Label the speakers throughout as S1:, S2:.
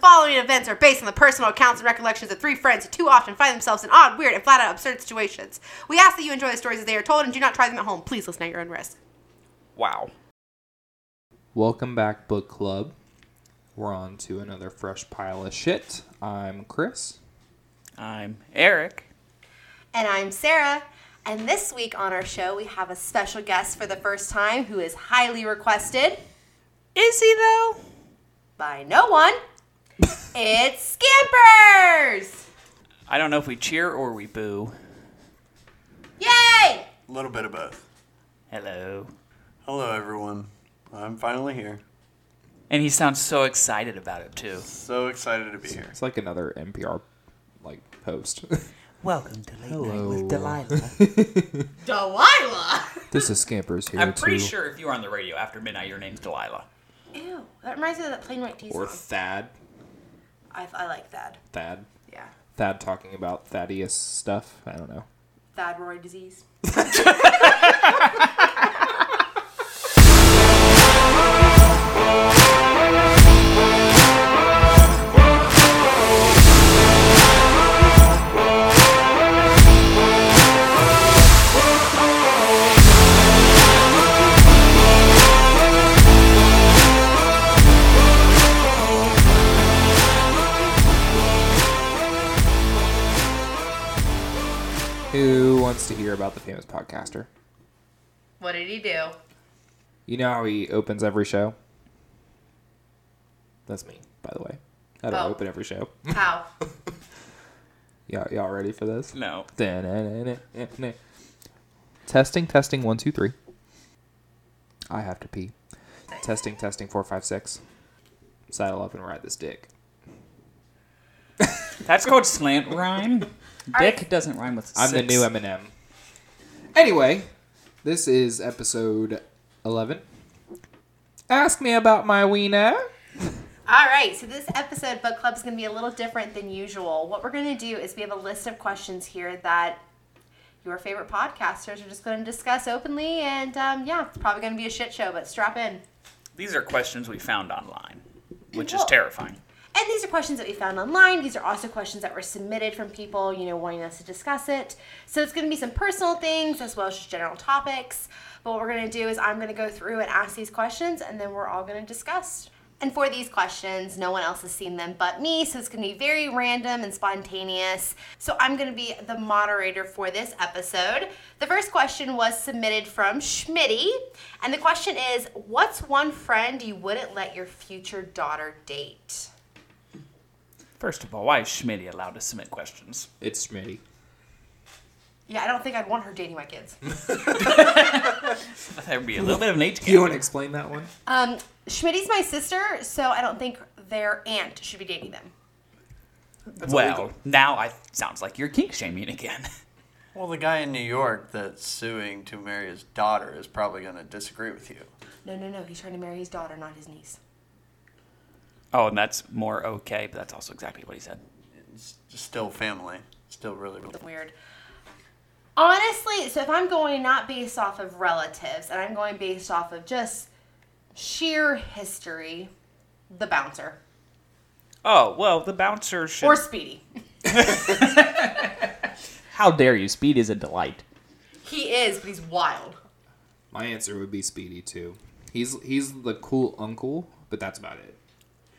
S1: following events are based on the personal accounts and recollections of three friends who too often find themselves in odd, weird, and flat out absurd situations. We ask that you enjoy the stories as they are told and do not try them at home. Please listen at your own risk.
S2: Wow.
S3: Welcome back, book club. We're on to another fresh pile of shit. I'm Chris.
S2: I'm Eric.
S1: And I'm Sarah. And this week on our show, we have a special guest for the first time who is highly requested
S2: Is he though?
S1: by no one. it's Scampers!
S2: I don't know if we cheer or we boo.
S1: Yay!
S4: A little bit of both.
S2: Hello.
S4: Hello, everyone. I'm finally here.
S2: And he sounds so excited about it too.
S4: So excited to be here.
S3: It's like another NPR like host.
S2: Welcome to Late
S3: Hello. with
S2: Delilah.
S1: Delilah!
S3: this is Scampers here
S2: I'm pretty
S3: too.
S2: sure if you were on the radio after midnight, your name's Delilah.
S1: Ew, that reminds me of that plain white tea
S3: Or
S1: song.
S3: Thad.
S1: I, I like Thad.
S3: Thad.
S1: Yeah.
S3: Thad talking about Thaddeus stuff. I don't know.
S1: Thyroid disease.
S3: Who wants to hear about the famous podcaster?
S1: What did he do?
S3: You know how he opens every show? That's me, by the way. I don't
S1: Oh.
S3: open every show.
S1: How?
S3: Y'all, y'all ready for this?
S2: No.
S3: Testing, testing, one, two, three. I have to pee. Testing, testing, four, five, six. Saddle up and ride this dick.
S2: That's called slant rhyme. Dick doesn't rhyme with
S3: I'm the
S2: six.
S3: new Eminem. Anyway, this is episode 11. Ask me about my wiener.
S1: All right, so this episode book club is going to be a little different than usual. What we're going to do is we have a list of questions here that your favorite podcasters are just going to discuss openly, and um, yeah, it's probably going to be a shit show, but strap in.
S2: These are questions we found online, which is
S1: Well-
S2: terrifying.
S1: And these are questions that we found online. These are also questions that were submitted from people, you know, wanting us to discuss it. So it's going to be some personal things as well as just general topics. But what we're going to do is I'm going to go through and ask these questions and then we're all going to discuss. And for these questions, no one else has seen them but me, so it's going to be very random and spontaneous. So I'm going to be the moderator for this episode. The first question was submitted from Schmitty, and the question is, what's one friend you wouldn't let your future daughter date?
S2: First of all, why is Schmitty allowed to submit questions?
S3: It's Schmitty.
S1: Yeah, I don't think I'd want her dating my kids.
S2: That would be a little bit of an age
S3: You want
S2: gap.
S3: to explain that one?
S1: Um, Schmitty's my sister, so I don't think their aunt should be dating them.
S2: well,
S4: illegal.
S2: now I sounds like you're kink shaming again.
S4: Well, the guy in New York that's suing to marry his daughter is probably going to disagree with you.
S1: No, no, no. He's trying to marry his daughter, not his niece.
S2: Oh, and that's more okay, but that's also exactly what he said.
S4: It's just still family. Still really.
S1: Weird. Honestly, so if I'm going not based off of relatives and I'm going based off of just sheer history, the bouncer
S2: Oh, well, the bouncer should.
S1: or Speedy.
S2: How dare you? Speed is a delight.
S1: He is, but he's wild.
S3: My answer would be Speedy too. He's he's the cool uncle, but that's about it.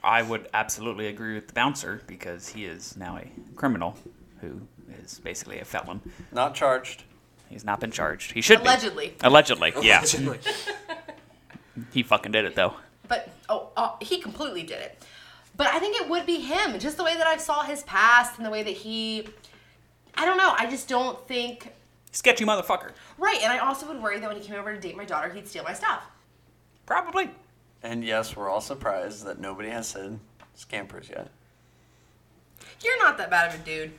S2: I would absolutely agree with the bouncer because he is now a criminal who is basically a felon.
S4: Not charged.
S2: He's not been charged. He should
S1: Allegedly.
S2: be. Allegedly. Yeah. he fucking did it though.
S1: but oh, oh he completely did it but i think it would be him just the way that i saw his past and the way that he i don't know i just don't think
S2: Sketchy motherfucker.
S1: right and i also would worry that when he came over to date my daughter he'd steal my stuff
S2: Probably.
S4: And yes, we're all surprised that nobody has said scampers yet.
S1: you're not that bad of a dude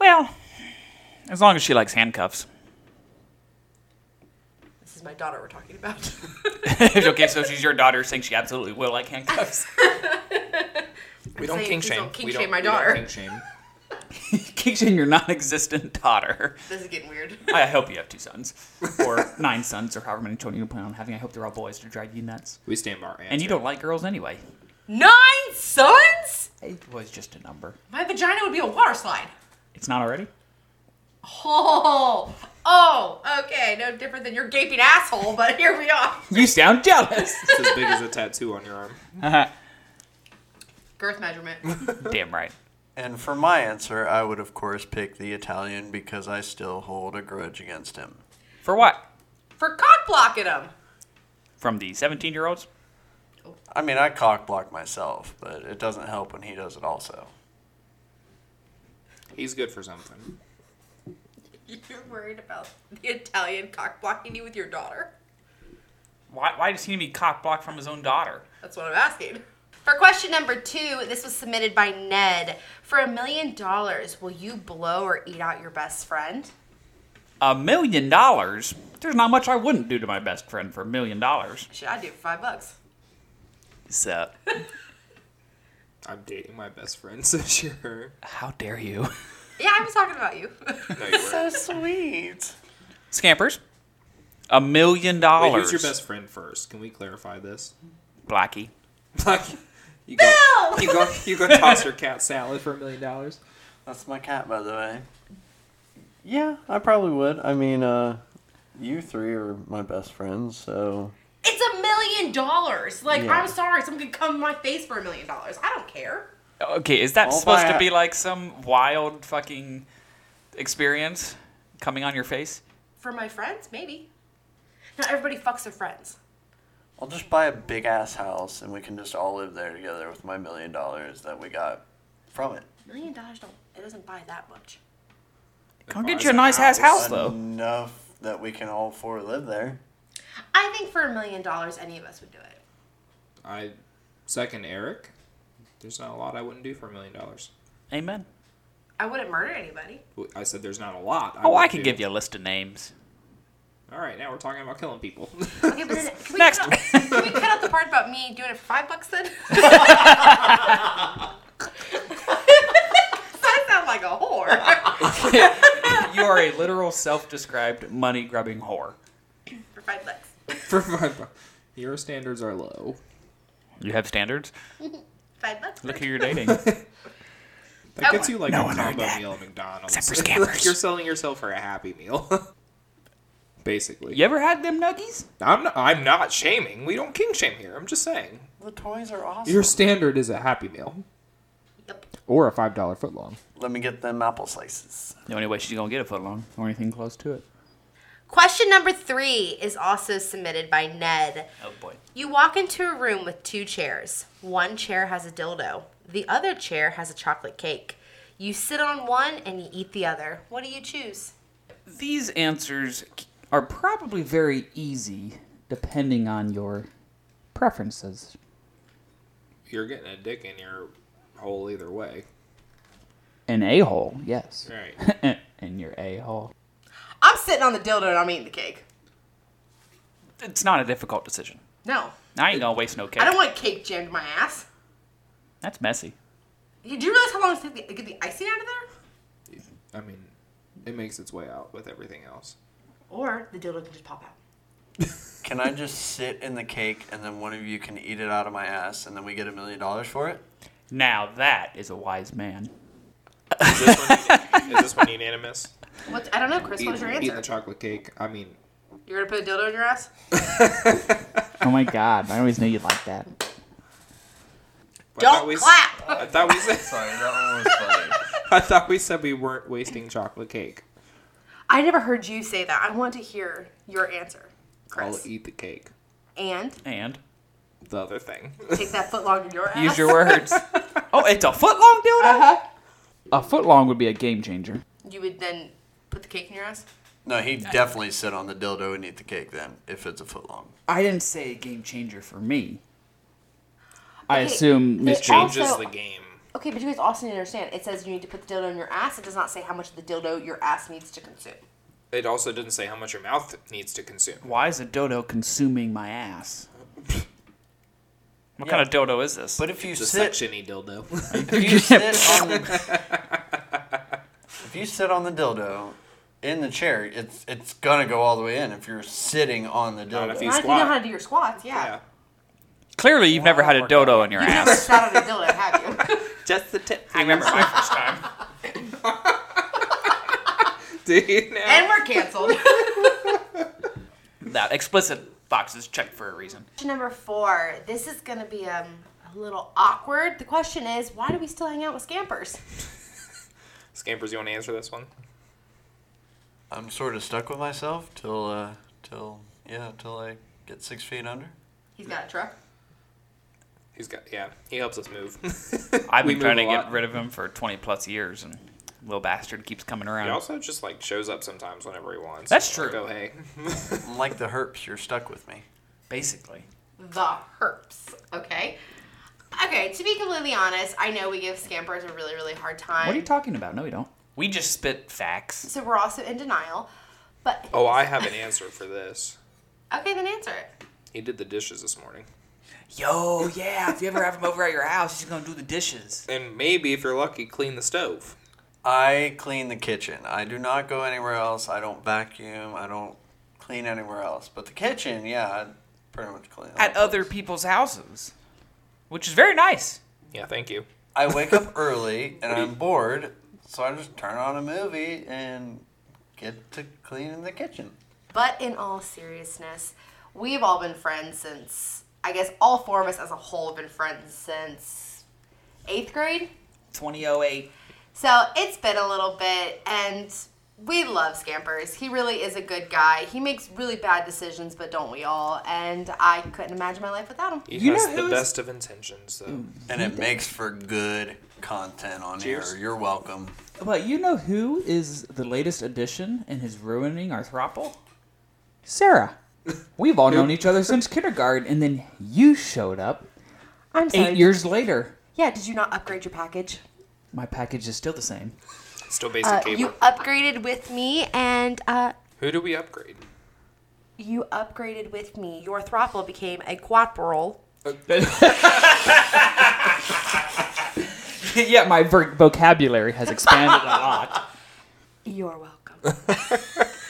S2: Well, as long as she likes handcuffs.
S1: this is my daughter we're talking about
S2: okay, so she's your daughter saying she absolutely will like handcuffs.
S3: We
S1: don't Say, kink please shame. don't kink We don't- shame my we don't daughter. kink
S2: Kicks in your non existent daughter.
S1: this is getting weird
S2: I hope you have two sons. Or nine sons, or however many children you plan on having. I hope they're all boys to drive you nuts.
S3: We stand by our answer.
S2: And you don't like girls anyway.
S1: nine sons
S2: It was just a number.
S1: My vagina would be a water slide.
S2: It's not already?
S1: Oh, oh, okay. No different than your gaping asshole, but here we are.
S2: You sound jealous.
S3: It's as big as a tattoo on your arm.
S1: Girth measurement.
S2: Damn right.
S4: And for my answer, I would of course pick the Italian because I still hold a grudge against him.
S2: For what?
S1: For cock blocking him.
S2: From the 17 year olds?
S4: I mean, I cock block myself, but it doesn't help when he does it also.
S3: He's good for something.
S1: You're worried about the Italian cock blocking you with your daughter?
S2: Why, why does he need to be cock blocked from his own daughter?
S1: That's what I'm asking.
S5: For question number two, this was submitted by Ned. For a million dollars, will you blow or eat out your best friend?
S2: A million dollars? There's not much I wouldn't do to my best friend for a million dollars. uh,
S1: Should I do for five bucks?
S2: So,
S3: I'm dating my best friend, so sure.
S2: how dare you?
S1: Yeah, I was talking about you.
S3: No, you were.
S4: So sweet.
S2: Scampers? A million dollars.
S3: Wait, who's your best friend first? Can we clarify this?
S2: Blackie.
S3: Like, you go, you go, you go toss your cat salad for a million dollars.
S4: That's my cat, by the way. Yeah, I probably would. I mean, uh, you three are my best friends, so
S1: It's a million dollars. Like,
S4: Yeah.
S1: I'm sorry, someone could come in my face for a million dollars. I don't care.
S2: Okay, is that
S4: All
S2: supposed
S4: by-
S2: to be like some wild fucking experience coming on your face?
S1: For my friends, maybe. Not everybody fucks their friends.
S4: I'll just buy a big ass house and we can just all live there together with my million dollars that we got from it.
S5: million dollars don't it doesn't buy that much.
S2: I'll
S3: buys
S2: get you a
S3: a
S2: nice ass
S3: house.
S2: house though.
S4: Enough that we can all four live there.
S5: I think for a million dollars, any of us would do it.
S3: I second Eric. There's not a lot I wouldn't do for a million dollars.
S2: Amen.
S1: I wouldn't murder anybody.
S3: Well, I said there's not a lot.
S2: Oh, I
S3: wouldn't
S2: can
S3: do.
S2: give you a list of names.
S3: All right, now we're talking about killing people.
S5: Okay, but then can we
S2: Next.
S5: Cut out, can we cut out the part about me doing it for five bucks then?
S1: I sound like a whore.
S2: you are a literal self-described money-grubbing whore.
S1: for five bucks.
S3: for five bucks. Your standards are low.
S2: You have standards.
S1: Five bucks?
S2: Look who you're dating.
S3: That
S1: Oh,
S3: gets you like
S2: no
S3: a
S2: one heard
S3: combo
S2: that.
S3: meal at McDonald's.
S2: Except for
S3: Like,
S2: scammers.
S3: You're selling yourself for a happy meal. Basically.
S2: you ever had them nuggies?
S3: I'm not, I'm not shaming. We don't king shame here. I'm just saying.
S4: The toys are awesome.
S3: Your standard is a happy meal.
S1: Yep.
S3: Or a five dollar footlong.
S4: Let me get them apple slices.
S2: The only way she's gonna get a foot long or anything close to it.
S5: Question number three is also submitted by Ned.
S2: Oh boy.
S5: You walk into a room with two chairs. One chair has a dildo, the other chair has a chocolate cake. You sit on one and you eat the other. What do you choose?
S2: These answers are probably very easy, depending on your preferences.
S3: You're getting a dick in your hole either way.
S2: An a-hole, yes.
S3: Right.
S2: in your a-hole.
S1: I'm sitting on the dildo and I'm eating the cake.
S2: It's not a difficult decision.
S1: No.
S2: I ain't gonna waste no cake.
S1: I don't want cake jammed in my ass.
S2: That's messy.
S1: You do realize how long it's taking to get the icing out of there?
S3: I mean, it makes its way out with everything else.
S1: Or the dildo can just pop out.
S4: Can I just sit in the cake and then one of you can eat it out of my ass and then we get a million dollars for it?
S2: Now that is a wise man.
S3: Is this one, is this one unanimous?
S1: What, I don't know, Chris. What was your
S3: Eating the
S1: answer?
S3: chocolate cake. I mean,
S1: You're gonna put a dildo in your ass?
S2: Oh my god, I always knew you'd like that.
S3: I thought
S1: Don't
S3: we, s-
S1: clap.
S3: I thought we said.
S4: Sorry, that one was funny.
S3: I thought we said we weren't wasting chocolate cake.
S1: I never heard you say that. I want to hear your answer,
S3: I'll
S1: Chris.
S3: eat the cake.
S1: And
S2: And
S3: The other thing.
S1: take that foot long in your ass.
S2: use your words. oh, it's a foot long dildo. Uh-huh. A foot long would be a game changer.
S1: you would then put the cake in your ass.
S4: No, he'd definitely sit on the dildo and eat the cake then, if it's a foot long.
S2: I didn't say a game changer for me. I
S5: Okay,
S2: assume
S5: they
S2: Mr.
S5: all-
S3: Changes
S5: Also-
S3: the game.
S5: Okay, but you guys also need to understand it says you need to put the dildo in your ass. It does not say how much of the dildo your ass needs to consume.
S3: It also didn't say how much your mouth needs to consume.
S2: Why is a dodo consuming my ass? What kind of dodo is this?
S4: But if you
S3: It's a
S4: sit,
S3: suctiony dildo.
S4: if you sit on, the, if you sit on the dildo in the chair, it's it's gonna go all the way in. If you're sitting on the
S3: Not if you
S4: dildo,
S1: Not if you know
S3: squat.
S1: how to do your squats, yeah.
S3: yeah.
S2: Clearly, you've never had a dodo in your
S1: You've never
S2: ass.
S1: sat on a dildo, have you?
S2: Just remember my first time.
S6: Do you know?
S7: And we're canceled.
S2: That explicit box is checked for a reason.
S1: Question number four. This is going to be um, a little awkward. The question is, why do we still hang out with scampers?
S6: Scampers, you want to answer this one?
S4: I'm sort of stuck with myself till, uh, till yeah, till I get six feet under.
S7: He's got a truck.
S6: He's got yeah. He helps us move.
S2: I've
S6: We
S2: been
S6: move
S2: trying
S6: a
S2: to get
S6: lot.
S2: rid of him for 20 plus years, and little bastard keeps coming around.
S3: He also just like shows up sometimes whenever he wants.
S2: That's
S3: Like,
S2: true.
S3: oh hey,
S4: I'm like the herps, you're stuck with me.
S2: Basically.
S1: The herps.
S7: Okay.
S1: Okay, to be completely honest, I know we give scampers a really, really hard time.
S2: What are you talking about? No, we don't. We just spit facts.
S1: so we're also in denial. But
S3: oh I have an answer for this.
S1: okay, then answer it.
S3: He did the dishes this morning,
S2: Yo, yeah, if you ever have him over at your house, he's gonna do the dishes.
S3: and maybe if you're lucky, clean the stove.
S4: I clean the kitchen. I do not go anywhere else. I don't vacuum. I don't clean anywhere else. But the kitchen, yeah, I pretty much clean. it.
S2: At other people's houses, which is very nice.
S3: Yeah, thank you.
S4: I wake up early and I'm bored, so I just turn on a movie and get to cleaning the kitchen.
S1: But in all seriousness, we've all been friends since I guess all four of us as a whole have been friends since eighth grade.
S2: 2008.
S1: So it's been a little bit, and we love Scampers. He really is a good guy. He makes really bad decisions, but don't we all? And I couldn't imagine my life without him.
S3: He
S2: You know Mm.
S3: has the
S2: who's-
S3: best of intentions, though.
S4: And it makes for good content on here. You're welcome.
S2: But you know who is the latest addition in his ruining our throuple? Sarah. We've all known each other since kindergarten, and then you showed up
S1: I'm sorry.
S2: eight years later.
S1: Yeah, did you not upgrade your package?
S2: My package is still the same.
S3: Still basic
S1: Uh,
S3: cable.
S1: you upgraded with me, and uh,
S3: Who do we upgrade?
S1: you upgraded with me. Your throttle became a quadruple.
S2: yeah, my ver- vocabulary has expanded a lot.
S1: You're welcome.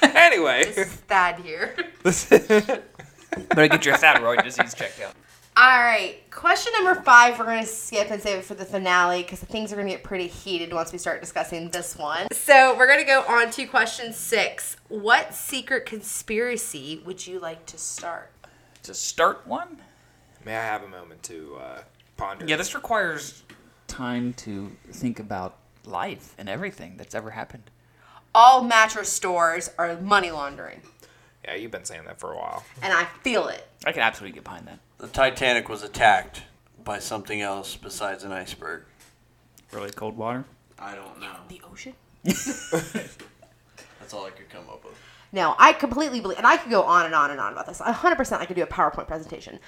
S3: anyway,
S7: Thad here.
S2: Better get your thyroid disease checked out.
S1: All right, question number five. We're gonna skip and save it for the finale because things are gonna get pretty heated once we start discussing this one. So we're gonna go on to question six. What secret conspiracy would you like to start?
S2: To start one?
S3: may I have a moment to uh, ponder?
S2: Yeah, this requires time to think about life and everything that's ever happened.
S1: All mattress stores are money laundering,
S3: yeah, you've been saying that for a while.
S1: and I feel it.
S2: I can absolutely get behind that.
S4: The Titanic was attacked by something else besides an iceberg.
S2: Really cold water?
S4: I don't know.
S1: The ocean.
S4: That's all I could come up with.
S1: No, I completely believe, and I could go on and on and on about this. 100% I could do a PowerPoint presentation.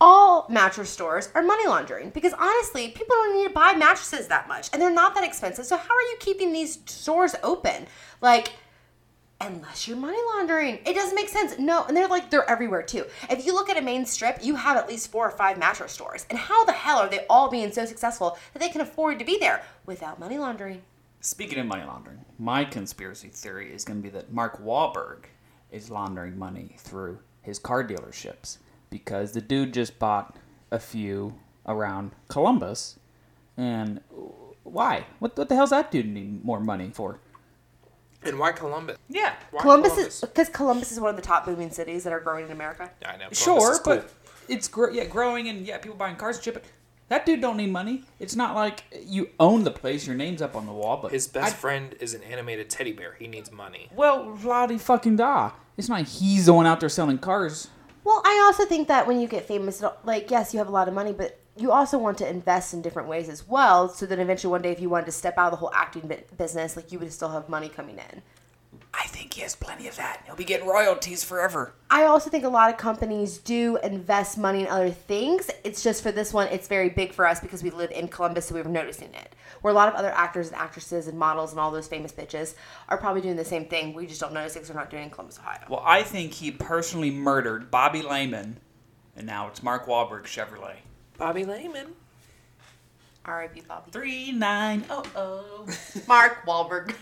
S1: All mattress stores are money laundering because honestly, people don't need to buy mattresses that much and they're not that expensive. So, how are you keeping these stores open? Like, unless you're money laundering, it doesn't make sense. No, and they're like, they're everywhere too. If you look at a main strip, you have at least four or five mattress stores. And how the hell are they all being so successful that they can afford to be there without money laundering?
S2: Speaking of money laundering, my conspiracy theory is going to be that Mark Wahlberg is laundering money through his car dealerships because the dude just bought a few around Columbus. And why? What, what the hell's that dude need more money for?
S3: And why Columbus?
S2: Yeah.
S3: Why
S1: Columbus is because Columbus is one of the top booming cities that are growing in America.
S3: I know. Columbus
S2: sure,
S3: is cool.
S2: but it's gr- yeah growing and yeah people buying cars and shit. But that dude don't need money. It's not like you own the place. Your name's up on the wall, but
S3: his best
S2: I-
S3: friend is an animated teddy bear. He needs money.
S2: well, bloody fucking da. It's not like he's the one out there selling cars.
S1: Well, I also think that when you get famous, it'll- like yes, you have a lot of money, but you also want to invest in different ways as well, so that eventually one day, if you wanted to step out of the whole acting bu- business, like you would still have money coming in.
S2: I think he has plenty of that. He'll be getting royalties forever.
S1: I also think a lot of companies do invest money in other things. It's just for this one, it's very big for us because we live in Columbus, so we were noticing it. Where a lot of other actors and actresses and models and all those famous bitches are probably doing the same thing. We just don't notice because we're not doing it in Columbus, Ohio.
S2: Well, I think he personally murdered Bobby Lehman, and now it's Mark Wahlberg Chevrolet.
S3: Bobby Lehman.
S1: R.I.P. Bobby.
S2: Three nine oh oh
S1: Mark Wahlberg.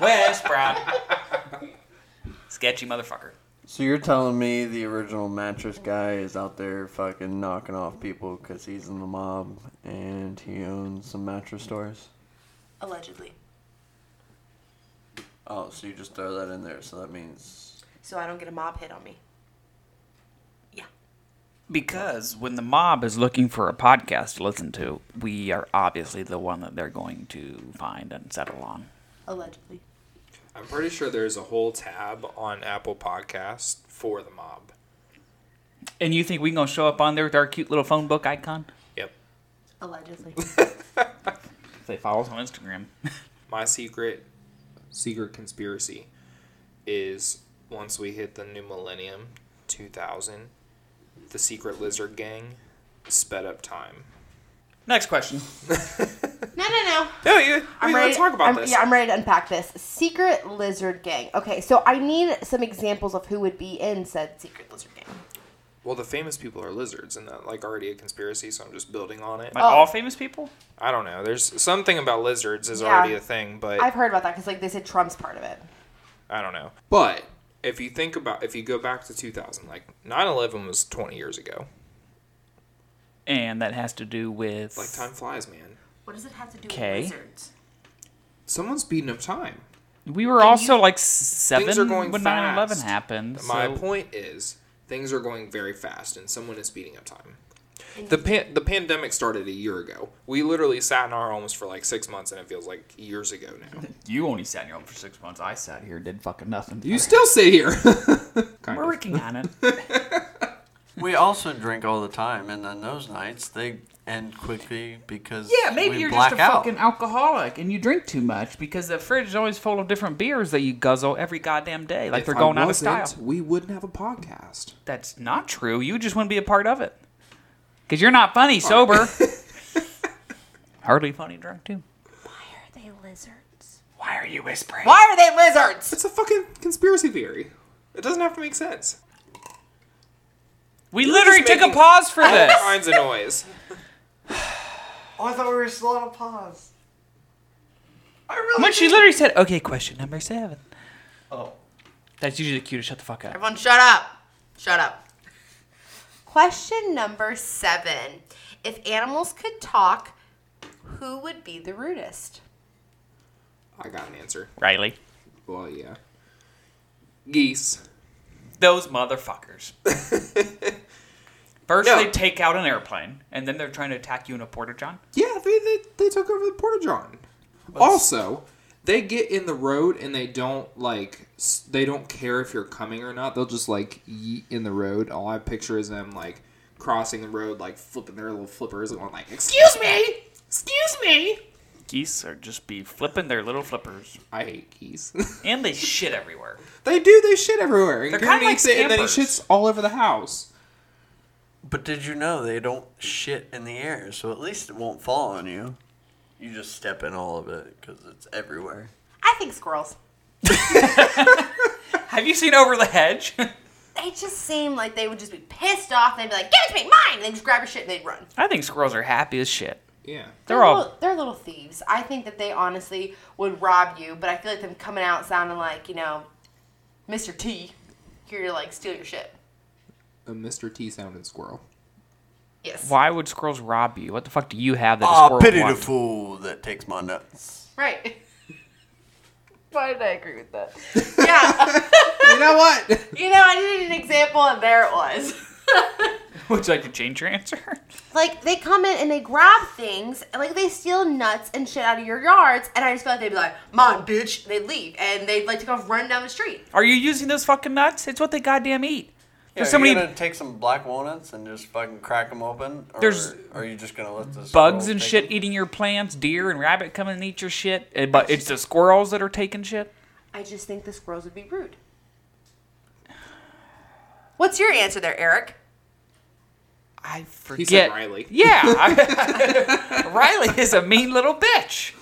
S2: West Brown. Sketchy motherfucker.
S4: So you're telling me the original mattress guy is out there fucking knocking off people because he's in the mob and he owns some mattress stores?
S1: allegedly.
S4: Oh, so you just throw that in there. So that means
S1: So I don't get a mob hit on me. Yeah.
S2: Because when the mob is looking for a podcast to listen to, we are obviously the one that they're going to find and settle on.
S1: Allegedly.
S3: I'm pretty sure there's a whole tab on Apple Podcasts for the mob.
S2: And you think we gonna show up on there with our cute little phone book icon?
S3: Yep.
S1: Allegedly.
S2: They follow us on Instagram.
S3: My secret secret conspiracy is once we hit the new millennium, 2000, the secret lizard gang sped up time.
S2: Next question.
S1: no, no, no.
S3: No, you.
S1: I'm
S3: we-
S1: ready
S3: let's talk about
S1: I'm-
S3: this.
S1: Yeah, I'm ready to unpack this. Secret lizard gang. Okay, so I need some examples of who would be in said secret lizard gang.
S3: well, the famous people are lizards, and that like already a conspiracy. So I'm just building on it.
S2: Like all famous people?
S3: I don't know. There's something about lizards is
S1: Yeah.
S3: already a thing, but
S1: I've heard about that because like they said Trump's part of it.
S3: I don't know. But if you think about, if you go back to 2000, like 9/11 was 20 years ago.
S2: And that has to do with
S3: Like time flies, man.
S1: What does it have to do
S2: Okay.
S1: lizards?
S3: Someone's beating up time.
S2: We were also like seven
S3: Things are going
S2: when 9 11
S3: fast.
S2: happened.
S3: My
S2: so-
S3: point is, things are going very fast, and someone is speeding up time. The pan- the pandemic started a year ago. We literally sat in our homes for like six months, and it feels like years ago now.
S2: You only sat in your home for six months. I sat here and did fucking nothing.
S3: You still sit here. kind
S2: We're
S3: of.
S2: working on it.
S4: we also drink all the time, and then those nights they end quickly because
S2: Yeah, maybe
S4: we
S2: you're
S4: black
S2: just a
S4: out.
S2: fucking alcoholic and you drink too much because the fridge is always full of different beers that you guzzle every goddamn day. Like they're
S3: I
S2: going out of
S3: wasn't,
S2: style.
S3: We wouldn't have a podcast.
S2: That's not true. You just wouldn't be a part of it. Because you're not funny sober. Hardly funny drunk, too.
S1: Are they lizards?
S2: Why are you whispering?
S1: Why are they lizards?
S3: It's a fucking conspiracy theory. It doesn't have to make sense.
S2: We literally
S3: just
S2: took a
S3: making-
S2: pause for
S3: All
S2: this.
S3: kinds of noise.
S4: Oh, I thought we were still on a pause. I really.
S2: When she
S4: did-
S2: literally said, okay, question number seven.
S4: Oh.
S2: That's usually the cue to shut the fuck up.
S7: Everyone, shut up. Shut up.
S1: Question number seven. If animals could talk, who would be the rudest?
S3: I got an answer.
S2: Riley.
S3: Well, yeah. Geese.
S2: Those motherfuckers. First,
S3: No.
S2: they take out an airplane, and then they're trying to attack you in a porta john.
S3: Yeah, they, they, they took over the Porta John. Also, they get in the road and they don't like s- they don't care if you're coming or not. They'll just like yeet in the road. All I picture is them like crossing the road, like flipping their little flippers and going like, "Excuse me, excuse me."
S2: Geese are just be flipping their little flippers,
S3: I hate geese.
S2: and they shit everywhere.
S3: they do. They shit everywhere. And
S2: They're
S3: they
S2: kinda like
S3: it, and then he
S2: scampers.
S3: shits all over the house.
S4: But did you know they don't shit in the air? So at least it won't fall on you. You just step in all of it because it's everywhere.
S1: I think squirrels.
S2: Have you seen Over the Hedge?
S1: They just seem like they would just be pissed off. They'd be like, "Give it to me, mine!" And they just grab your shit and they'd run.
S2: I think squirrels are happy as shit.
S3: Yeah.
S2: They're all
S1: little, they're little thieves. I think that they honestly would rob you, but I feel like them coming out sounding like you know, Mr. T, here to like steal your shit.
S3: A Mr. T sounded squirrel.
S1: Yes,
S2: Why would squirrels rob you? What the fuck do you have that a
S4: Ah,
S2: squirrel
S4: pity the
S2: wants?
S4: fool that takes my nuts.
S1: right. Why did I agree with that? yeah,
S3: you know what?
S1: you know, I needed an example, and there it was.
S2: Would you like to change your answer?
S1: like they come in and they grab things, and, like they steal nuts and shit out of your yards, and I just felt like they'd be like, "Mom, bitch," they leave, and they'd like to go run down the street.
S2: Are you using those fucking nuts? It's what they goddamn eat.
S4: Yeah,
S2: There's
S4: are
S2: so many
S4: you gonna take some black walnuts and just fucking crack them open? Or
S2: There's
S4: are you just gonna let this
S2: bugs
S4: squirrel
S2: and
S4: take
S2: shit
S4: 'em?
S2: eating your plants, deer and rabbit come and eat your shit, and- but it's the squirrels that are taking shit.
S1: I just think the squirrels would be rude. What's your answer there, Eric?
S2: I forget.
S3: He said Riley.
S2: Yeah, Riley is a mean little bitch.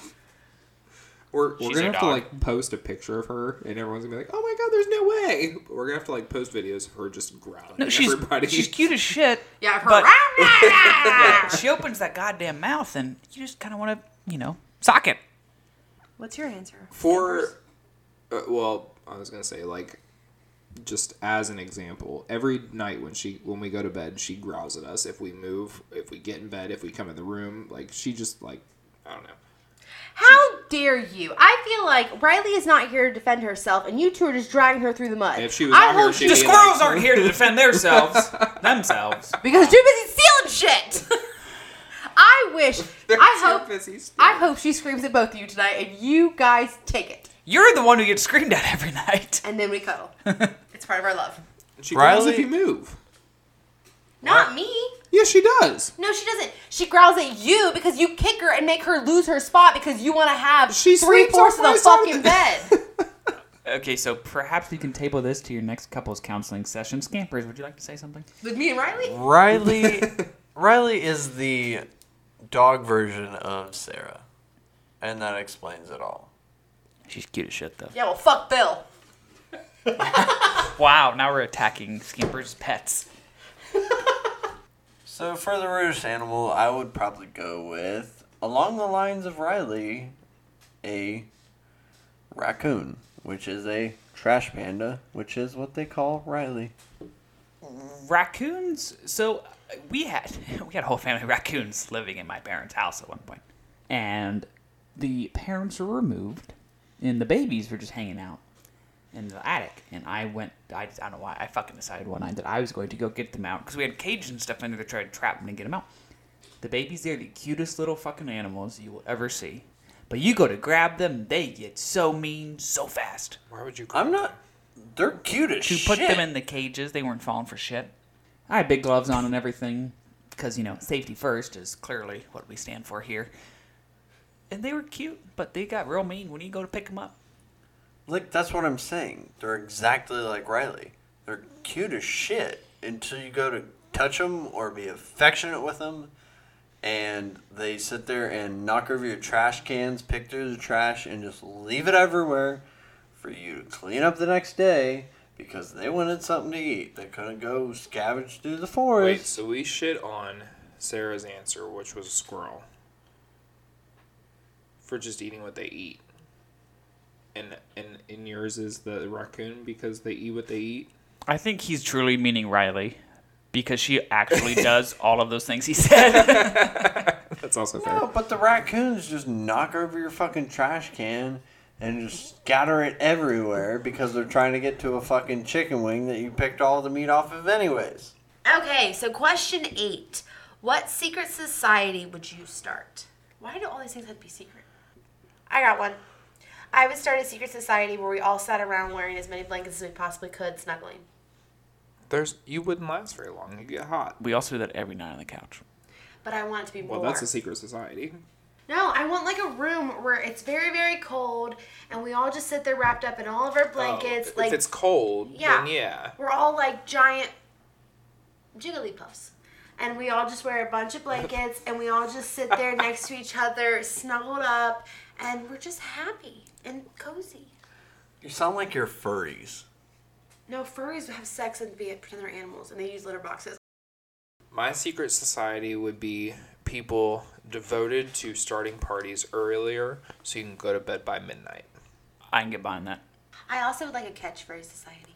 S3: We're,
S2: She's
S3: we're gonna
S2: our
S3: have to
S2: dog.
S3: like post a picture of her, and everyone's gonna be like, "Oh my god, there's no way!" But we're gonna have to like post videos of her just growling
S2: No,
S3: at
S2: she's
S3: everybody.
S2: she's cute as shit.
S1: Yeah, I've
S2: But-
S1: heard. "Rah, rah, rah."
S2: She opens that goddamn mouth, and you just kind of want to, you know, sock it.
S1: What's your answer?
S3: For, uh, well, I was gonna say like just as an example, every night when she when we go to bed, she growls at us if we move, if we get in bed, if we come in the room. Like she just like I don't know.
S1: How dare you? I feel like Riley is not here to defend herself, and you two are just dragging her through the mud.
S3: If she was
S1: I
S3: out here,
S1: hold
S3: she'd
S2: The
S3: be like-
S2: squirrels aren't here to defend themselves. themselves.
S1: because you're busy stealing shit. I wish. I hope. I hope she screams at both of you tonight, and you guys take it,
S2: You're the one who gets screamed at every night.
S1: and then we cuddle. it's part of our love.
S3: She growls
S4: Riley-
S3: if you move.
S1: Not me.
S3: Yes, she does.
S1: No, she doesn't. She growls at you because you kick her and make her lose her spot because you want to have
S3: She
S1: three
S3: sleeps
S1: fourths
S3: on
S1: of the
S3: my side of
S1: fucking
S3: the-
S1: bed.
S2: Okay, so perhaps we can table this to your next couples counseling session. Scampers, would you like to say something?
S1: With me and Riley?
S4: Riley Riley is the dog version of Sarah. And that explains it all.
S2: She's cute as shit, though.
S1: Yeah, well, fuck Bill.
S2: Wow, now we're attacking Scampers' pets.
S4: So for the roost animal, I would probably go with along the lines of Riley, a raccoon, which is a trash panda, which is what they call Riley.
S2: raccoons. So uh, we had we had a whole family of raccoons living in my parents' house at one point, and the parents were removed, and the babies were just hanging out in the attic. And I went. I, I don't know why. I fucking decided one night that I was going to go get them out because we had cages and stuff in there to try to trap them and get them out. The babies, they're the cutest little fucking animals you will ever see. But you go to grab them, they get so mean so fast.
S3: Why would you?
S4: I'm not. They're cute as
S2: to
S4: shit.
S2: put them in the cages. They weren't falling for shit. I had big gloves on and everything because, you know, safety first is clearly what we stand for here. And they were cute, but they got real mean when you go to pick them up.
S4: Like that's what I'm saying. They're exactly like Riley. They're cute as shit until you go to touch them or be affectionate with them, and they sit there and knock over your trash cans, pick through the trash, and just leave it everywhere for you to clean up the next day because they wanted something to eat. They couldn't go scavenge through the
S3: Wait,
S4: forest.
S3: so we shit on Sarah's answer, which was a squirrel, for just eating what they eat, and and and yours is the raccoon because they eat what they eat.
S2: I think he's truly meaning Riley because she actually does all of those things he said.
S3: That's also fair.
S4: No, but the raccoons just knock over your fucking trash can and just scatter it everywhere because they're trying to get to a fucking chicken wing that you picked all the meat off of anyways.
S7: Okay, so question eight. What secret society would you start?
S1: Why do all these things have to be secret? I got one. I would start a secret society where we all sat around wearing as many blankets as we possibly could, snuggling.
S3: There's you wouldn't last very long. You get hot.
S2: we also do that every night on the couch.
S1: But I want it to be more.
S3: Well, that's a secret society.
S1: no, I want like a room where it's very, very cold, and we all just sit there wrapped up in all of our blankets.
S3: if
S1: like
S3: Oh, it's cold,
S1: Yeah.
S3: then yeah.
S1: we're all like giant jigglypuffs, and we all just wear a bunch of blankets, and we all just sit there next to each other, snuggled up, and we're just happy and cozy.
S4: You sound like you're furries.
S1: No, furries have sex and be pretend they're animals, and they use litter boxes.
S3: My secret society would be people devoted to starting parties earlier so you can go to bed by midnight.
S2: I can get behind that.
S1: I also would like a catchphrase society.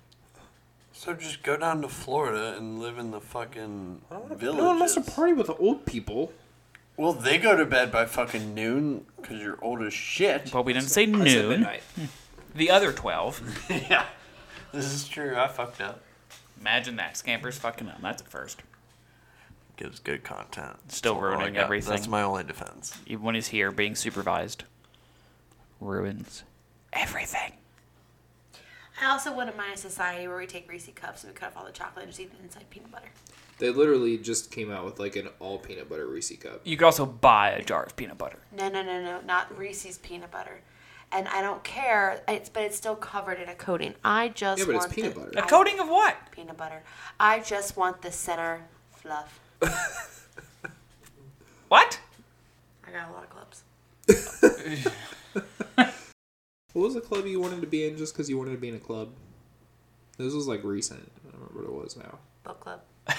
S4: So just go down to Florida and live in the fucking village.
S3: No one wants to party with the old people.
S4: Well, they go to bed by fucking noon because you're old as shit.
S2: But we didn't say
S3: I said
S2: noon.
S3: midnight.
S2: The other 12.
S4: yeah, this is true. I fucked up.
S2: Imagine that. Scamper's fucking up. That's a first.
S4: Gives good content.
S2: Still
S4: That's all I
S2: ruining
S4: got.
S2: everything.
S4: That's my only defense.
S2: even when he's here being supervised, ruins everything.
S1: I also wouldn't mind a society where we take Reese cups and we cut off all the chocolate and just eat it inside peanut butter.
S3: They literally just came out with like an all peanut butter Reese cup.
S2: You could also buy a jar of peanut butter.
S1: No, no, no, no, not Reese's peanut butter. And I don't care, it's, but it's still covered in a coating. I just
S3: Yeah, but it's
S1: want
S3: peanut
S1: the-
S3: butter.
S2: A
S1: I-
S2: coating of what?
S1: peanut butter. I just want the center fluff.
S2: What?
S1: I got a lot of clubs.
S3: What was the club you wanted to be in just because you wanted to be in a club? This was like recent. I don't remember what it was now.
S1: Book club.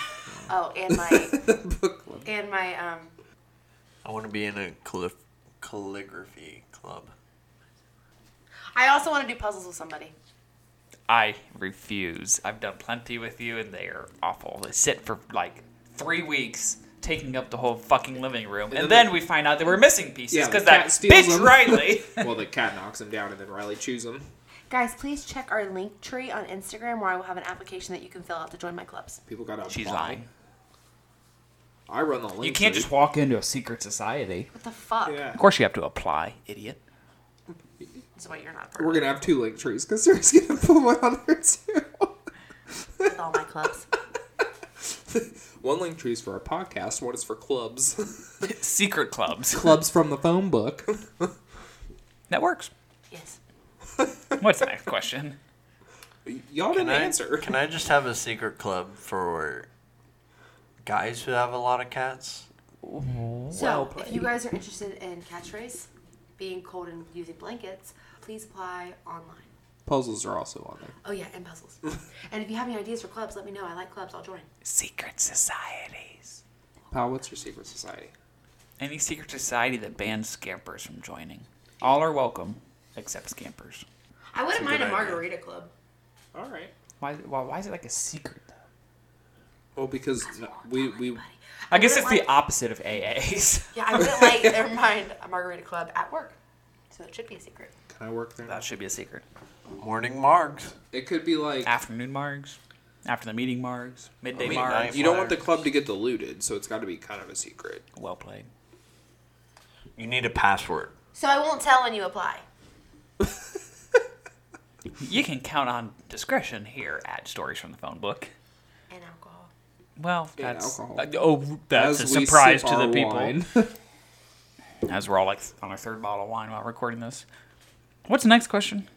S1: oh, and my
S3: Book club.
S1: and my um
S4: I want to be in a calif- calligraphy club.
S1: I also want to do puzzles with somebody.
S2: I refuse. I've done plenty with you, and they are awful. They sit for like three weeks, taking up the whole fucking living room, and, then, we find out they were missing pieces
S3: Yeah, the
S2: because
S3: cat
S2: that
S3: steals
S2: bitch
S3: them.
S2: Riley.
S3: well, the cat knocks him down, and then Riley chews him.
S1: Guys, please check our link tree on Instagram where I will have an application that you can fill out to join my clubs.
S3: People got to
S2: She's
S3: apply.
S2: lying.
S3: I run the link.
S2: You can't
S3: tree.
S2: just walk into a secret society.
S1: What the fuck?
S3: Yeah.
S2: Of course, you have to apply, idiot.
S1: Is what you're not for
S3: We're gonna have two link trees because Sarah's gonna put one on there too.
S1: with all my clubs.
S3: one link tree is for our podcast. One is for clubs.
S2: Secret clubs.
S3: clubs from the phone book.
S2: That works.
S1: Yes.
S2: What's the next question?
S3: Y'all
S4: Can
S3: didn't
S4: I,
S3: answer.
S4: can I just have a secret club for guys who have a lot of cats?
S1: So, if you guys are interested in catchphrase, being cold and using blankets, please apply online.
S3: Puzzles are also on there.
S1: Oh yeah, and puzzles. and if you have any ideas for clubs, let me know. I like clubs. I'll join.
S2: Secret societies.
S3: Pal, what's your secret society?
S2: Any secret society that bans scampers from joining. All are welcome, except scampers.
S7: I wouldn't
S4: That's a
S7: mind a
S4: good idea.
S7: margarita club.
S3: All right.
S2: Why, why, why is it like a secret, though?
S3: Well, because no- we we
S2: I guess it's
S1: wouldn't
S2: the opposite of AAs.
S1: Yeah, I wouldn't like never mind a margarita club at work. So it should be a secret.
S3: can I work there?
S2: that should be a secret.
S4: Morning margs.
S3: It could be like
S2: Afternoon margs, after the meeting margs, midday
S4: Midnight.
S2: margs.
S3: you don't want the club to get diluted, so it's got to be kind of a secret.
S2: Well played.
S4: You need a password.
S1: So I won't tell when you apply.
S2: You can count on discretion here at Stories from the Phone Book.
S1: And alcohol.
S2: Well,
S3: Yeah,
S2: that's
S3: alcohol.
S2: uh, oh, that's
S3: As
S2: a
S3: we
S2: surprise
S3: sip
S2: to the
S3: our
S2: people.
S3: wine.
S2: As we're all like on our third bottle of wine while recording this. What's the next question?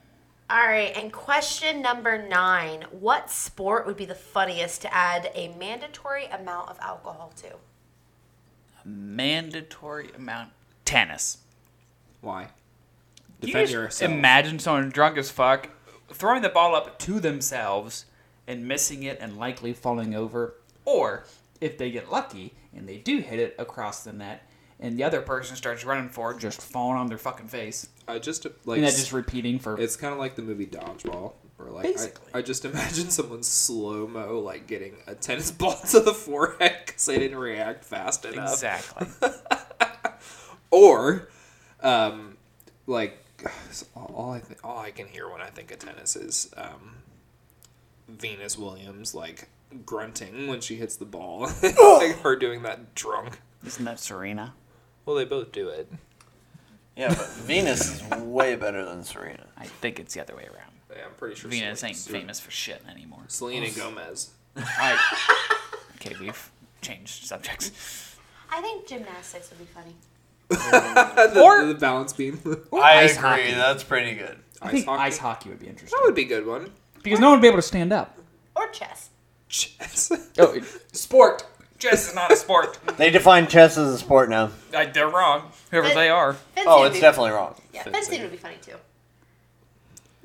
S7: All right, and question number nine What sport would be the funniest to add a mandatory amount of alcohol to?
S2: Mandatory amount tennis.
S3: Why?
S2: You
S3: Defend
S2: just
S3: yourself.
S2: Imagine someone drunk as fuck throwing the ball up to themselves and missing it and likely falling over. Or if they get lucky and they do hit it across the net and the other person starts running for it, just falling on their fucking face.
S3: I just like
S2: And that just repeating for
S3: It's kind of like the movie Dodgeball, where like
S2: Basically.
S3: I, I just imagine someone slow mo like getting a tennis ball to the forehead because they didn't react fast enough,
S2: exactly.
S3: or um, like all all I th- all I can hear when I think of tennis is um, Venus Williams like grunting when she hits the ball, like her doing that drunk.
S2: Isn't that Serena?
S3: Well, they both do it.
S4: Yeah, but Venus is way better than Serena.
S2: I think it's the other way around.
S3: Yeah, I'm pretty sure
S2: Venus
S3: Selena-
S2: ain't famous for shit anymore.
S3: Selena Gomez.
S2: I, okay, we've changed subjects.
S1: I think gymnastics would be funny.
S3: the,
S2: Or-
S3: the balance beam.
S4: I
S2: ice
S4: agree.
S2: hockey.
S4: That's pretty good.
S2: I think
S3: hockey.
S2: ice hockey would be interesting
S3: That would be a good one.
S2: because no one would be able to stand up.
S1: Or chess.
S3: Chess.
S2: Oh, it, sport. Chess is not a sport.
S4: They define chess as a sport now.
S2: I, they're wrong. Whoever they are.
S1: Fencing
S4: Oh,
S1: would
S4: it's
S1: be-
S4: definitely wrong.
S1: Yeah, fencing.
S3: fencing.
S1: would be funny too.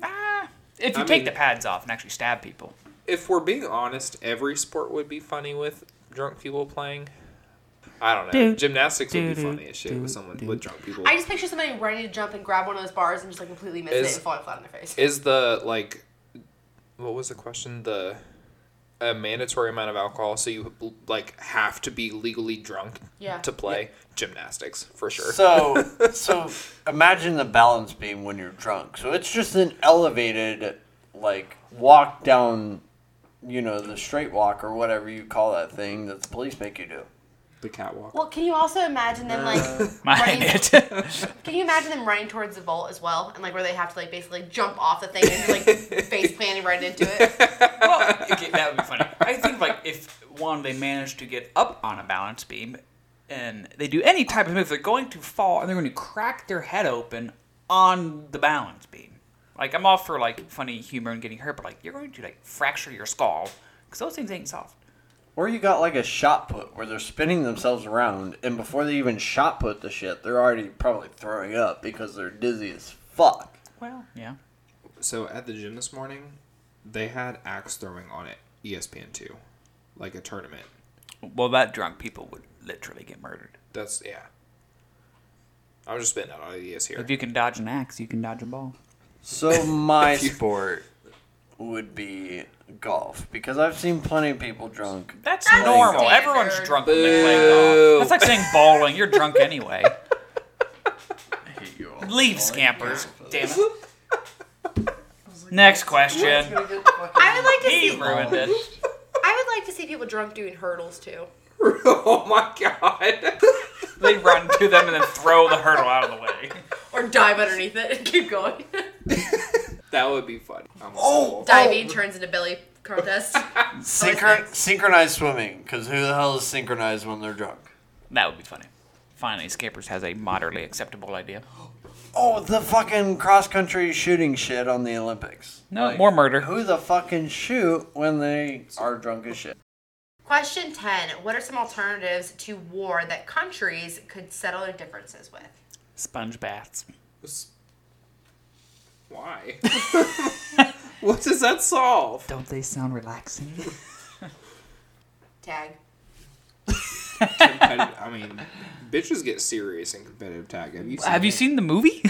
S2: Ah, if you
S3: I
S2: take
S3: mean-
S2: the pads off and actually stab people,
S3: If we're being honest, every sport would be funny with drunk people playing. I don't know.
S2: Dude.
S3: Gymnastics would be
S2: Dude,
S3: funny as shit
S2: dude,
S3: with someone
S2: dude.
S3: with drunk people.
S1: I just picture somebody ready to jump and grab one of those bars and just like completely miss it
S3: Is-
S1: and fall flat on their face.
S3: Is the like, what was the question? The a mandatory amount of alcohol, so you like have to be legally drunk
S1: Yeah.
S3: to play gymnastics for sure.
S4: So, so imagine the balance beam when you're drunk. So it's just an elevated, like walk down, you know, the straight walk or whatever you call that thing that the police make you do.
S3: the catwalk.
S1: well, can you also imagine them like
S2: mind it.
S1: Can you imagine them running towards the vault as well, and like where they have to like basically jump off the thing and like face planting right into it?
S2: well, okay, that would be funny. I think like if one they manage to get up on a balance beam, and they do any type of move, they're going to fall and they're going to crack their head open on the balance beam. Like I'm all for like funny humor and getting hurt, but like you're going to like fracture your skull because those things ain't soft.
S4: Or you got like a shot put where they're spinning themselves around, and before they even shot put the shit, they're already probably throwing up because they're dizzy as fuck.
S2: Well, yeah.
S3: So at the gym this morning, they had axe throwing on it. E ESPN two, like a tournament.
S2: Well, that drunk people would literally get murdered.
S3: That's yeah. I'm just spitting out ideas here.
S2: If you can dodge an axe, you can dodge a ball.
S4: So my
S3: If you-
S4: sport would be golf because I've seen plenty of people drunk.
S2: That's
S7: That's
S2: normal.
S7: standard.
S2: Everyone's drunk when they play golf. That's like saying bowling. You're drunk anyway. Leave scampers. Damn it. Next question.
S7: I would like to
S2: He
S7: see.
S2: ruined it.
S7: I would like to see people drunk doing hurdles too.
S3: oh my god.
S2: They run to them and then throw the hurdle out of the way.
S7: Or dive underneath it and keep going.
S3: that would be fun. I'm
S4: Oh,
S7: Diving turns into belly contest.
S4: synchron- synchronized swimming because who the hell is synchronized when they're drunk?
S2: That would be funny. Finally, Scampers has a moderately acceptable idea.
S4: Oh, the fucking cross country shooting shit on the Olympics.
S2: No, more murder.
S4: Who the fucking shoot when they are drunk as shit?
S7: Question 10 What are some alternatives to war that countries could settle their differences with?
S2: Sponge baths.
S3: s- Why? what does that solve?
S2: Don't they sound relaxing?
S7: Tag.
S3: Competi- I mean, bitches get serious in competitive tag. Have you seen
S2: Have you
S3: it?
S2: seen the movie?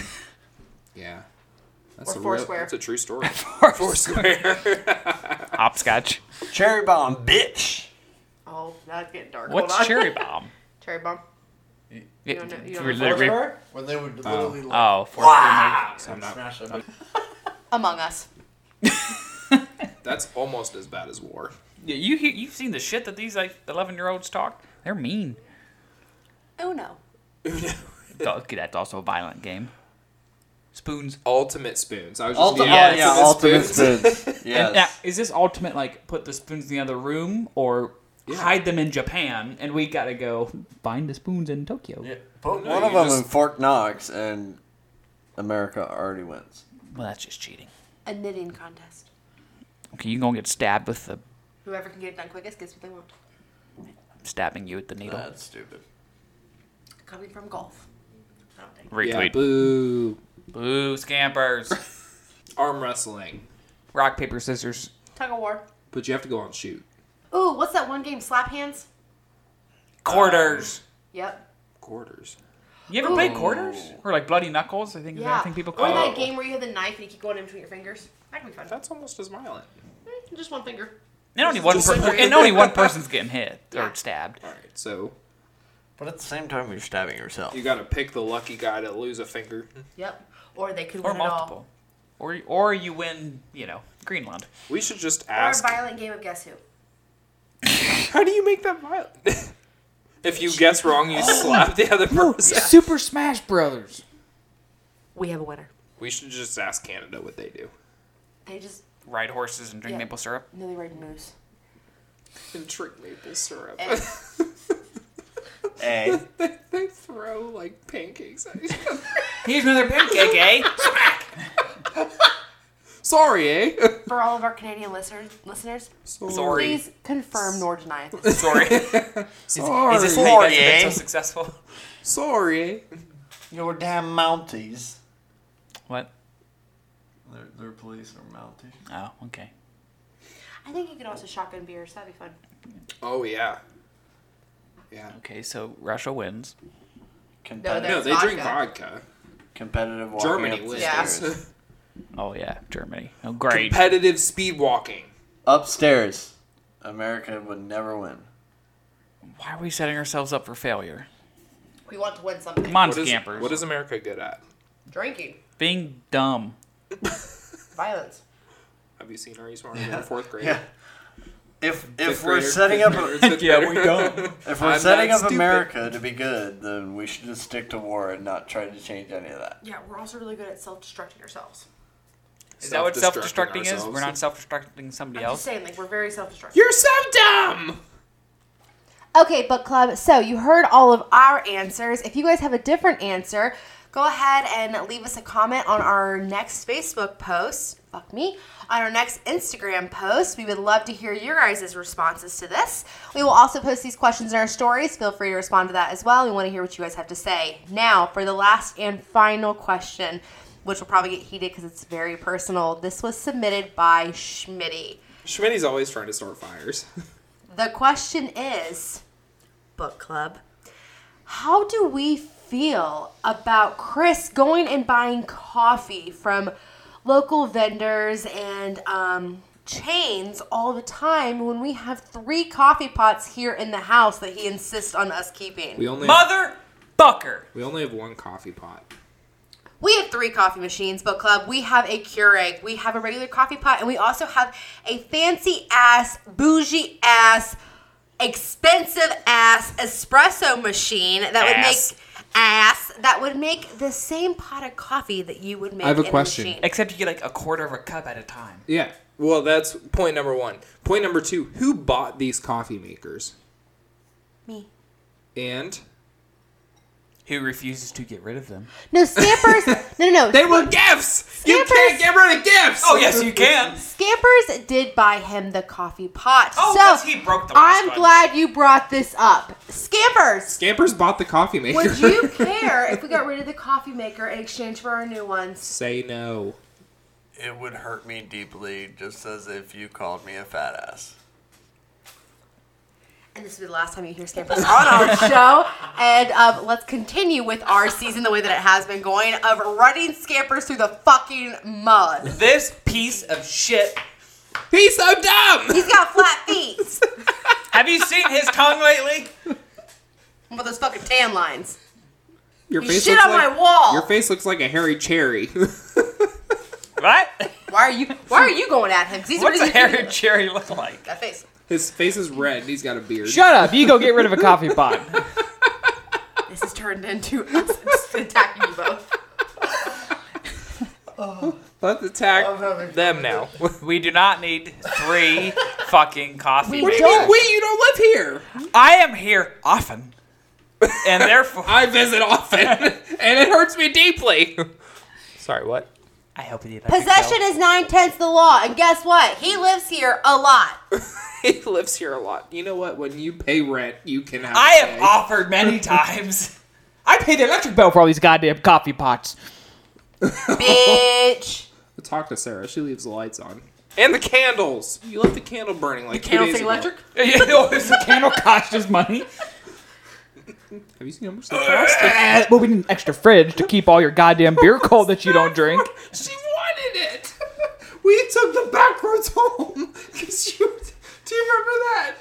S3: Yeah. That's
S7: Or
S3: a
S7: Foursquare.
S3: Real, that's a true story.
S2: Foursquare. Hopscotch.
S4: Cherry bomb, bitch.
S7: Oh, that's getting dark. Hold
S2: What's
S7: on.
S2: cherry bomb?
S7: Cherry bomb.
S2: Yeah,
S7: don't know- you
S2: you
S7: don't
S2: were
S7: know
S2: literally-
S8: When they would literally like
S2: Oh, Foursquare.
S3: Ah, So I'm not-
S8: smash them.
S1: Among Us.
S3: that's almost as bad as war.
S2: Yeah, you hear, you've seen the shit that these like eleven year olds talk. They're mean.
S1: Oh no.
S2: Okay, that's also a violent game. Spoons.
S3: Ultimate spoons. I was just
S4: Ultimate,
S2: Yeah,
S4: oh, yeah,
S2: oh, yeah,
S4: ultimate spoons.
S2: And
S4: Yes.
S2: now, is this ultimate like put the spoons in the other room or hide them in Japan and we gotta go find the spoons in Tokyo?
S8: Put
S4: One
S8: one
S4: of
S8: of
S4: them in Fort Knox, and America already wins.
S2: Well, that's just cheating.
S1: A knitting contest.
S2: Okay, you gonna get stabbed with the
S1: Whoever can get it done quickest gets what they want.
S2: stabbing you with the needle.
S4: That's stupid.
S1: Coming from golf.
S3: yeah,
S2: Retweet.
S3: boo.
S2: Boo, scampers.
S3: Arm wrestling.
S2: Rock paper scissors.
S1: Tug of war.
S3: But you have to go on shoot.
S1: Ooh, what's that one game? Slap hands?
S2: Quarters.
S1: Yep.
S3: Quarters.
S2: You ever played quarters or like bloody knuckles? I think is that
S1: Yeah.
S2: I think people
S1: or
S2: call
S1: that
S2: it.
S1: game where you have the knife and you keep going in between your fingers. That can be fun.
S3: That's almost as violent.
S1: Mm, Just one finger.
S2: And only one
S3: Just
S2: per-
S3: like-
S2: and only one person's getting hit or stabbed.
S3: All right, so
S4: But at the same time, you're stabbing yourself.
S3: you got to pick the lucky guy to lose a finger.
S1: Yep.
S7: Or they could
S2: or
S7: win it all.
S2: multiple, or or you win, you know, Greenland.
S3: We should just
S1: Or a
S3: ask.
S1: violent game of guess who.
S3: How do you make that violent? if you guess wrong, you slap the other person.
S2: Super Smash Brothers.
S7: We have a winner.
S3: We should just ask Canada what they do.
S1: They just
S2: Ride horses and drink
S1: Yeah.
S2: maple syrup.
S1: no, they ride moose.
S3: And drink maple syrup.
S1: Eh.
S4: Hey,
S3: they throw like pancakes at each other.
S2: Here's another pancake, eh?
S3: Sorry, eh?
S1: For all of our Canadian listeners, listeners,
S2: Sorry.
S1: please confirm nor deny. this.
S2: Sorry. Is,
S3: Sorry.
S2: is this how you guys have
S4: Sorry,
S2: been
S4: eh?
S2: so successful?
S3: Sorry, eh?
S4: your damn Mounties.
S2: What?
S4: Their, their police are Mounties.
S2: Oh, okay.
S1: I think you could also shotgun beers. That'd be fun.
S3: Oh yeah. Yeah.
S2: Okay, so Russia wins.
S4: Competitive,
S3: No,
S7: It's
S3: they drink vodka.
S4: competitive walking
S3: Germany
S4: up the
S3: wins.
S7: Yeah.
S4: stairs.
S2: Oh yeah, Germany. Oh great.
S3: Competitive speed walking.
S4: Upstairs, America would never win.
S2: Why are we setting ourselves up for failure?
S7: We want to win something.
S2: Come on,
S3: What is,
S2: scampers.
S3: what is America good at?
S7: Drinking.
S2: being dumb?
S7: Violence.
S3: Have you seen Are You Smarter Than a Fourth Grade?
S4: Yeah. If if
S3: Fifth
S4: we're
S3: grader,
S4: setting
S3: fifth
S4: up
S3: grader,
S4: a,
S3: sixth grader.
S2: dumb.
S4: if we're
S3: I'm
S4: setting
S3: not
S4: up
S3: stupid.
S4: America to be good, then we should just stick to war and not try to change any of that.
S7: Yeah, we're also really good at self destructing ourselves.
S2: Is that what self-destructing
S3: Self-destructing
S2: is? We're not
S3: ourselves.
S2: self-destructing somebody
S7: I'm just
S2: else.
S7: saying, like, we're very self destructive.
S3: You're so dumb.
S1: Okay, book club. So you heard all of our answers. If you guys have a different answer, go ahead and leave us a comment on our next Facebook post. Fuck me. On our next Instagram post. We would love to hear your guys' responses to this. We will also post these questions in our stories. Feel free to respond to that as well. We want to hear what you guys have to say. Now, for the last and final question, which will probably get heated because it's very personal. This was submitted by Schmitty.
S3: Schmitty's always trying to start fires.
S1: The question is.
S7: Book club.
S1: how do we feel about Chris going and buying coffee from local vendors and um, chains all the time when we have three coffee pots here in the house that he insists on us keeping.
S3: We only have,
S2: Motherfucker.
S3: we only have one coffee pot.
S1: We have three coffee machines, book club. We have a Keurig, we have a regular coffee pot, and we also have a fancy ass, bougie ass, expensive ass espresso machine that
S2: Ass.
S1: would make ass that would make the same pot of coffee that you would make.
S3: have a
S1: in
S3: question.
S1: machine.
S2: Except you get like a quarter of a cup at a time.
S3: Yeah. Well, that's point number one. Point number two: Who bought these coffee makers?
S1: Me.
S3: And
S2: Who refuses to get rid of them?
S1: No Scampers. no, no, no.
S3: they were gifts. You
S1: Skippers.
S3: can't get rid of gifts.
S2: Oh yes, you can.
S1: Scampers did buy him the coffee pot.
S2: Oh,
S1: so
S2: 'cause he broke the last
S1: I'm
S2: one.
S1: glad you brought this up. Scampers.
S3: Scampers bought the coffee maker.
S1: Would you care if we got rid of the coffee maker in exchange for our new ones?
S3: Say no.
S4: It would hurt me deeply, just as if you called me a fat ass.
S1: And this will be the last time you hear Scampers on our show. And um, let's continue with our season the way that it has been going of running Scampers through the fucking mud.
S2: This piece of shit.
S3: He's so dumb.
S1: He's got flat feet
S2: Have you seen his tongue lately?
S1: with those fucking tan lines.
S3: Your
S1: You shit on my wall.
S3: Your face looks like a hairy cherry.
S2: What?
S1: Why are you? Why are you going at him? 'Cause He's
S2: What's a
S1: already-
S2: hairy cherry look like?
S1: That face.
S3: His face is red. and He's got a beard.
S2: Shut up. You go get rid of a coffee pot.
S1: This has turned into us just attacking you both.
S3: Let's attack
S8: having
S3: them now. What
S2: We do not need three fucking coffee
S3: do
S2: makers.
S3: you mean we? You don't live here.
S2: I am here often, and therefore
S3: I visit often, and it hurts me deeply. Sorry, what?
S2: I hope you
S1: Possession is nine tenths the law, and guess what? He lives here a lot.
S3: He lives here a lot. You know what? When you pay rent, you can have.
S2: I
S3: say.
S2: have offered many times. I paid the electric bill for all these goddamn coffee pots.
S3: Oh.
S1: Bitch.
S3: Talk to Sarah. She leaves the lights on and the candles. You left the candle burning like two days ago.
S2: Does the candle cost us money?
S3: Have you seen how much they cost?
S2: Eh, well, we need an extra fridge to keep all your goddamn beer cold that you don't drink.
S3: she wanted it. We took the back roads home because you. Do you remember that?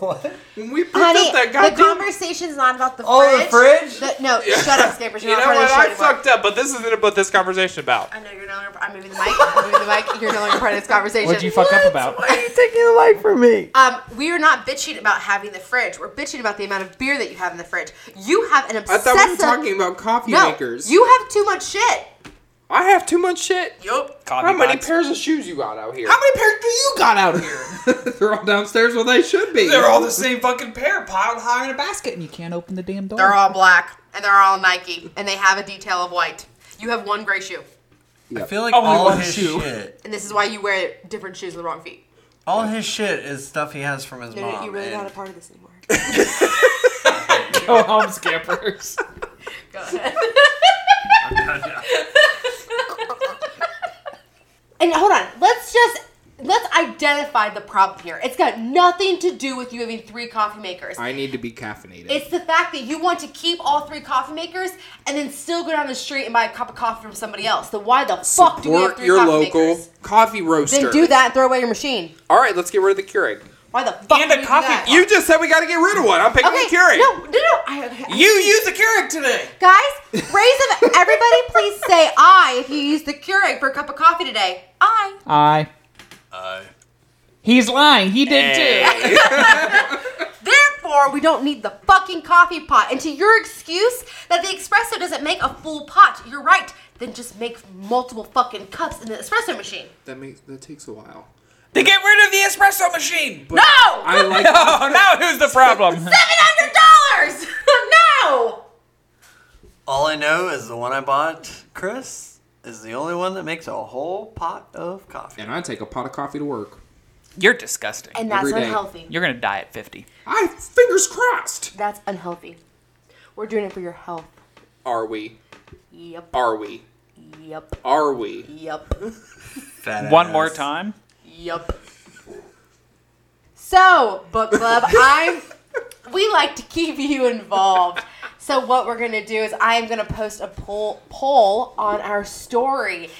S8: what?
S3: When we picked
S1: Honey,
S3: up that
S1: the
S3: goddamn.
S1: conversation's not about the
S8: Oh, the
S1: fridge.
S8: fridge?
S1: The- no, shut up, Scampers.
S3: you
S1: You're
S3: know what?
S1: not part of the show
S3: I
S1: anymore.
S3: fucked up, but this isn't what this conversation about.
S1: I know you're no longer. I'm moving the mic. I'm moving the mic. You're no longer part of this conversation.
S2: What'd you fuck up about?
S8: Why are you taking the light from me?
S1: Um, we are not bitching about having the fridge. We're bitching about the amount of beer that you have in the fridge. You have an
S3: I
S1: obsessive.
S3: thought we were talking about coffee
S1: no,
S3: makers.
S1: you have too much shit.
S3: I have too much shit.
S1: Yup.
S3: How many pairs of shoes you got out here?
S2: How many pairs do you got out here?
S3: They're all downstairs where they should be.
S2: They're all the same fucking pair, piled high in a basket, and you can't open the damn door.
S1: They're all black and they're all Nike and they have a detail of white. You have one gray shoe,
S4: I feel like
S2: Only
S4: all
S2: one
S4: his
S2: shoe.
S4: shit,
S1: and this is why you wear different shoes with the wrong feet.
S4: all his shit is stuff he has from his mom.
S1: you really
S4: and-
S1: not a part of this anymore.
S2: Go home, scampers.
S1: Go ahead. and hold on, let's just let's identify the problem here. It's got nothing to do with you having three coffee makers.
S3: I need to be caffeinated.
S1: It's the fact that you want to keep all three coffee makers and then still go down the street and buy a cup of coffee from somebody else. So why the fuck do we have
S3: Support
S1: three
S3: your
S1: coffee
S3: local
S1: makers?
S3: coffee roaster.
S1: Then do that and throw away your machine.
S3: All right, let's get rid of the Keurig.
S1: Why the fuck?
S2: And
S1: would
S2: a
S1: you do
S2: coffee
S1: that?
S3: You just said we got to get rid of one. I'm picking
S1: Okay.
S3: the Keurig.
S1: No, no, no. I, okay, I-
S2: You used the Keurig today.
S1: guys, raise them. Everybody, please say "I" if you use the Keurig for a cup of coffee today. I.
S2: I.
S4: I-
S2: He's lying. He did too.
S1: Therefore, we don't need the fucking coffee pot. And to your excuse that the espresso doesn't make a full pot, you're right. Then just make multiple fucking cups in the espresso machine.
S3: That makes that takes a while.
S2: They get rid of the espresso machine.
S1: no.
S3: I like.
S2: Oh, now who's the problem?
S1: Seven hundred dollars. No.
S4: all I know is the one I bought, Chris, is the only one that makes a whole pot of coffee.
S3: and I take a pot of coffee to work.
S2: You're disgusting.
S1: And that's
S3: Every day.
S1: unhealthy.
S2: You're gonna die at 50.
S3: I fingers crossed.
S1: That's unhealthy. We're doing it for your health.
S3: Are we?
S1: Yep.
S3: Are we?
S1: Yep.
S3: Are we?
S1: Yep.
S4: Fat
S2: One
S4: ass.
S2: more time.
S1: Yep. So, book club, I'm we like to keep you involved. So what we're gonna do is I am gonna post a poll poll on our story.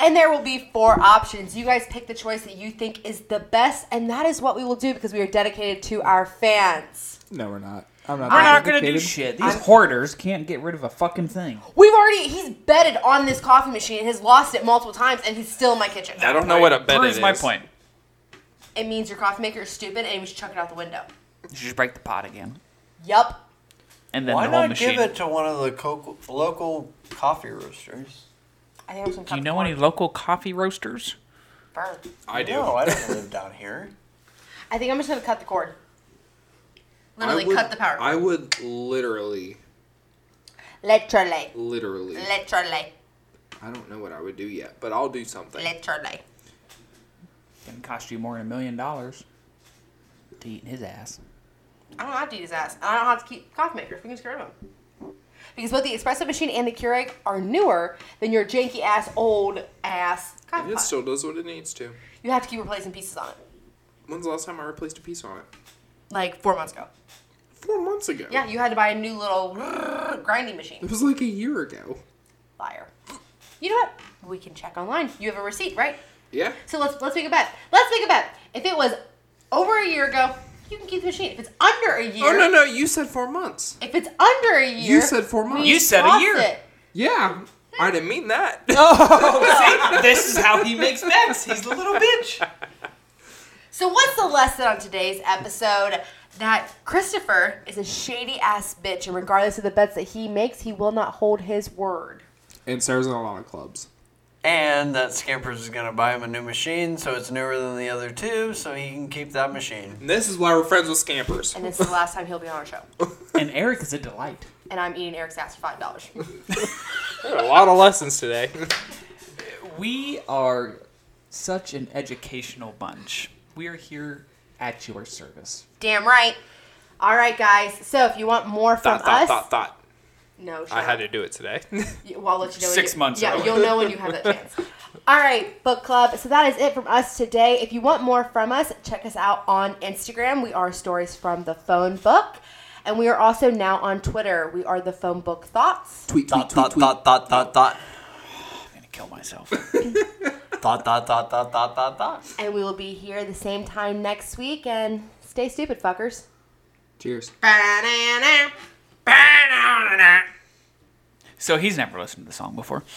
S1: And there will be four options. You guys pick the choice that you think is the best, and that is what we will do because we are dedicated to our fans.
S3: No, we're not. I'm not.
S2: We're
S3: that
S2: not gonna do
S3: dedicated.
S2: shit. These hoarders can't get rid of a fucking thing.
S1: We've already, he's betted on this coffee machine and has lost it multiple times, and he's still in my kitchen.
S3: I don't know what a bet
S2: Proves
S3: it
S2: my
S3: is.
S2: point.
S1: It means your coffee maker is stupid and you should chuck it out the window.
S2: You should just break the pot again,
S1: Yup.
S2: and then
S4: Why
S2: the whole
S4: not
S2: machine.
S4: give it to one of the co- local coffee roasters?
S1: I think I'm some
S2: do you know any local coffee roasters?
S3: I do.
S4: No, I don't live down here.
S1: I think I'm just gonna cut the cord.
S7: Literally
S3: I would-
S7: cut the power.
S3: I would literally,
S1: Literally.
S3: literally.
S1: Literally.
S3: I don't know what I would do yet, but I'll do something.
S1: Literally.
S2: Gonna cost you more than a million dollars to eat his ass.
S1: I don't have to eat his ass. and I don't have to keep coffee makers. We can just get rid of them. Because both the espresso machine and the Keurig are newer than your janky ass, old ass coffee
S3: And it
S1: pot.
S3: still does what it needs to.
S1: you have to keep replacing pieces on it.
S3: When's the last time I replaced a piece on it?
S1: Like four months ago.
S3: Four months ago.
S1: Yeah, you had to buy a new little grinding machine.
S3: It was like a year ago.
S1: Liar. You know what? We can check online. You have a receipt, right?
S3: Yeah.
S1: So let's let's make a bet. Let's make a bet. If it was over a year ago, you can keep the machine. If it's under a year,
S3: Oh no no! You said four months.
S1: if it's under a year,
S3: You said four months.
S2: You said a
S1: toss
S2: year.
S1: it.
S3: yeah. I didn't mean that.
S2: this is how he makes bets. He's a little bitch.
S1: So what's the lesson on today's episode? That Christopher is a shady ass bitch, and regardless of the bets that he makes, he will not hold his word.
S3: And Sarah's in a lot of clubs.
S4: And that Scampers is gonna buy him a new machine, so it's newer than the other two, so he can keep that machine.
S3: And this is why we're friends with scampers.
S1: And this is the last time he'll be on our show.
S2: And Eric is a delight.
S1: And I'm eating Eric's ass for five dollars.
S3: a lot of lessons today.
S2: We are such an educational bunch. We are here at your service.
S1: Damn right. All right, guys. So if you want more from
S3: Thought, thought,
S1: us,
S3: thought, thought.
S1: no,
S3: I
S1: shut
S3: had
S1: up.
S3: to do it today.
S1: You- Well, I'll let you know. when
S2: Six
S1: you-
S2: months
S1: Yeah,
S2: early.
S1: you'll know when you have that chance. All right, book club. So that is it from us today. If you want more from us, check us out on Instagram. We are Stories from the Phone Book, and we are also now on Twitter. We are the Phone Book Thoughts.
S3: tweet,
S4: Dot dot dot dot dot dot
S2: I'm gonna kill myself.
S4: dot dot dot dot dot dot dot.
S1: And we will be here the same time next week. And stay stupid, fuckers.
S3: Cheers.
S2: So he's never listened to the song before.